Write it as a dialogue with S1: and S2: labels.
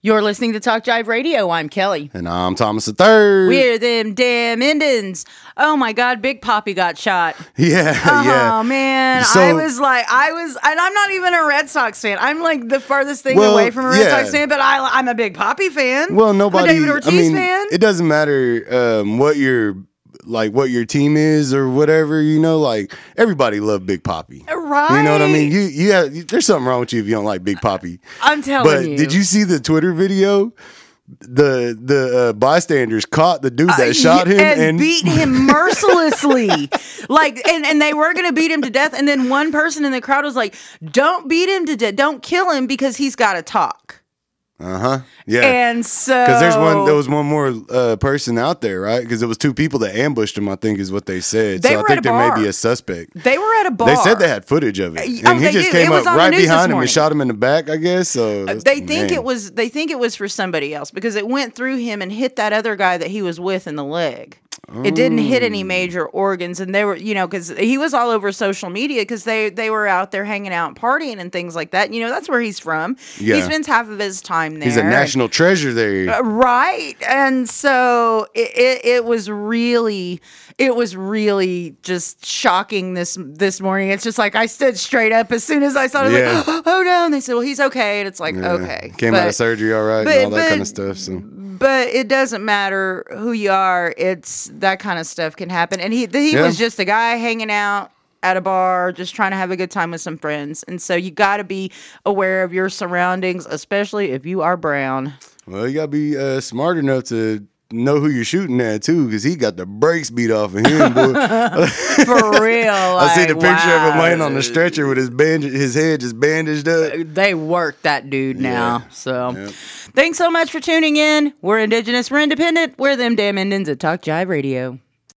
S1: You're listening to Talk Jive Radio. I'm Kelly.
S2: And I'm Thomas the 3rd
S1: We're them damn Indians. Oh my God, Big Poppy got shot.
S2: yeah,
S1: Oh
S2: yeah.
S1: man,
S2: So-
S1: I was like, I was, and I'm not even a Red Sox fan. I'm like the farthest thing
S2: Well,
S1: away from a Red
S2: yeah.
S1: Sox fan, but I, I'm a Big Poppy fan.
S2: Well,
S1: I'm a
S2: nobody.
S1: David Ortiz
S2: I mean,
S1: fan.
S2: it doesn't matter um, what your like what your team is or whatever. You know, like everybody loved Big Poppy.
S1: right.
S2: You know what I mean? You you have there's something wrong with you if you don't like Big Poppy.
S1: I'm telling
S2: But
S1: Oh, you.
S2: did you see the Twitter video? The the uh, bystanders caught the dude that
S1: Uh,
S2: shot
S1: yeah,
S2: him
S1: and,
S2: and,
S1: beat him mercilessly. like, and, and they were going to beat him to death. And then one person in the crowd was like, don't beat him to death. Don't kill him because he's got to talk.
S2: Uh huh. Yeah.
S1: And so.
S2: Because there's one, there was one more uh, person out there, right? Because it was two people that ambushed him. I think is what they said.
S1: They
S2: so I
S1: were at
S2: think
S1: a
S2: there may be
S1: bar.
S2: a suspect.
S1: They were at a bar.
S2: They said they had footage of it,
S1: y-
S2: and
S1: oh,
S2: he
S1: they
S2: just
S1: do.
S2: came
S1: It was
S2: up
S1: on the
S2: right
S1: news this
S2: behind him and
S1: morning. Uh,
S2: shot him in the back. I guess so.
S1: They think
S2: man.
S1: it was. They think it was for somebody else because it went through him and hit that other guy that he was with in the leg. It didn't hit
S2: Oh.
S1: any major organs, and they were, you know, because he was all over social media because they they were out there hanging out and partying and things like that. You know, that's where he's from. He
S2: Yeah.
S1: spends half of his time there.
S2: He's a national treasure. There.
S1: Uh, right and so it, it, it was really it was really just shocking this this morning it's just like i stood straight up as soon as i saw it I was
S2: Yeah.
S1: like oh no and they said well he's okay and it's like
S2: Yeah.
S1: okay
S2: Came out
S1: But-
S2: of surgery all right
S1: but-
S2: and all that kind
S1: but-
S2: of stuff. So
S1: but it doesn't matter who you are it's that kind of stuff can happen and he he
S2: Yeah.
S1: was just a guy hanging out at a bar just trying to have a good time with some friends and so you got to be aware of your surroundings especially if you are brown
S2: well, you gotta be uh, smart enough to know who you're shooting at too, because he got the brakes beat off of him. boy.
S1: for real
S2: I see
S1: like,
S2: the picture of him laying on
S1: wow.
S2: the stretcher with his band, his head just bandaged up.
S1: they work that dude now. So
S2: Yep.
S1: thanks so much for tuning in. We're indigenous, we're independent, we're them damn Indians at Talk Jive Radio.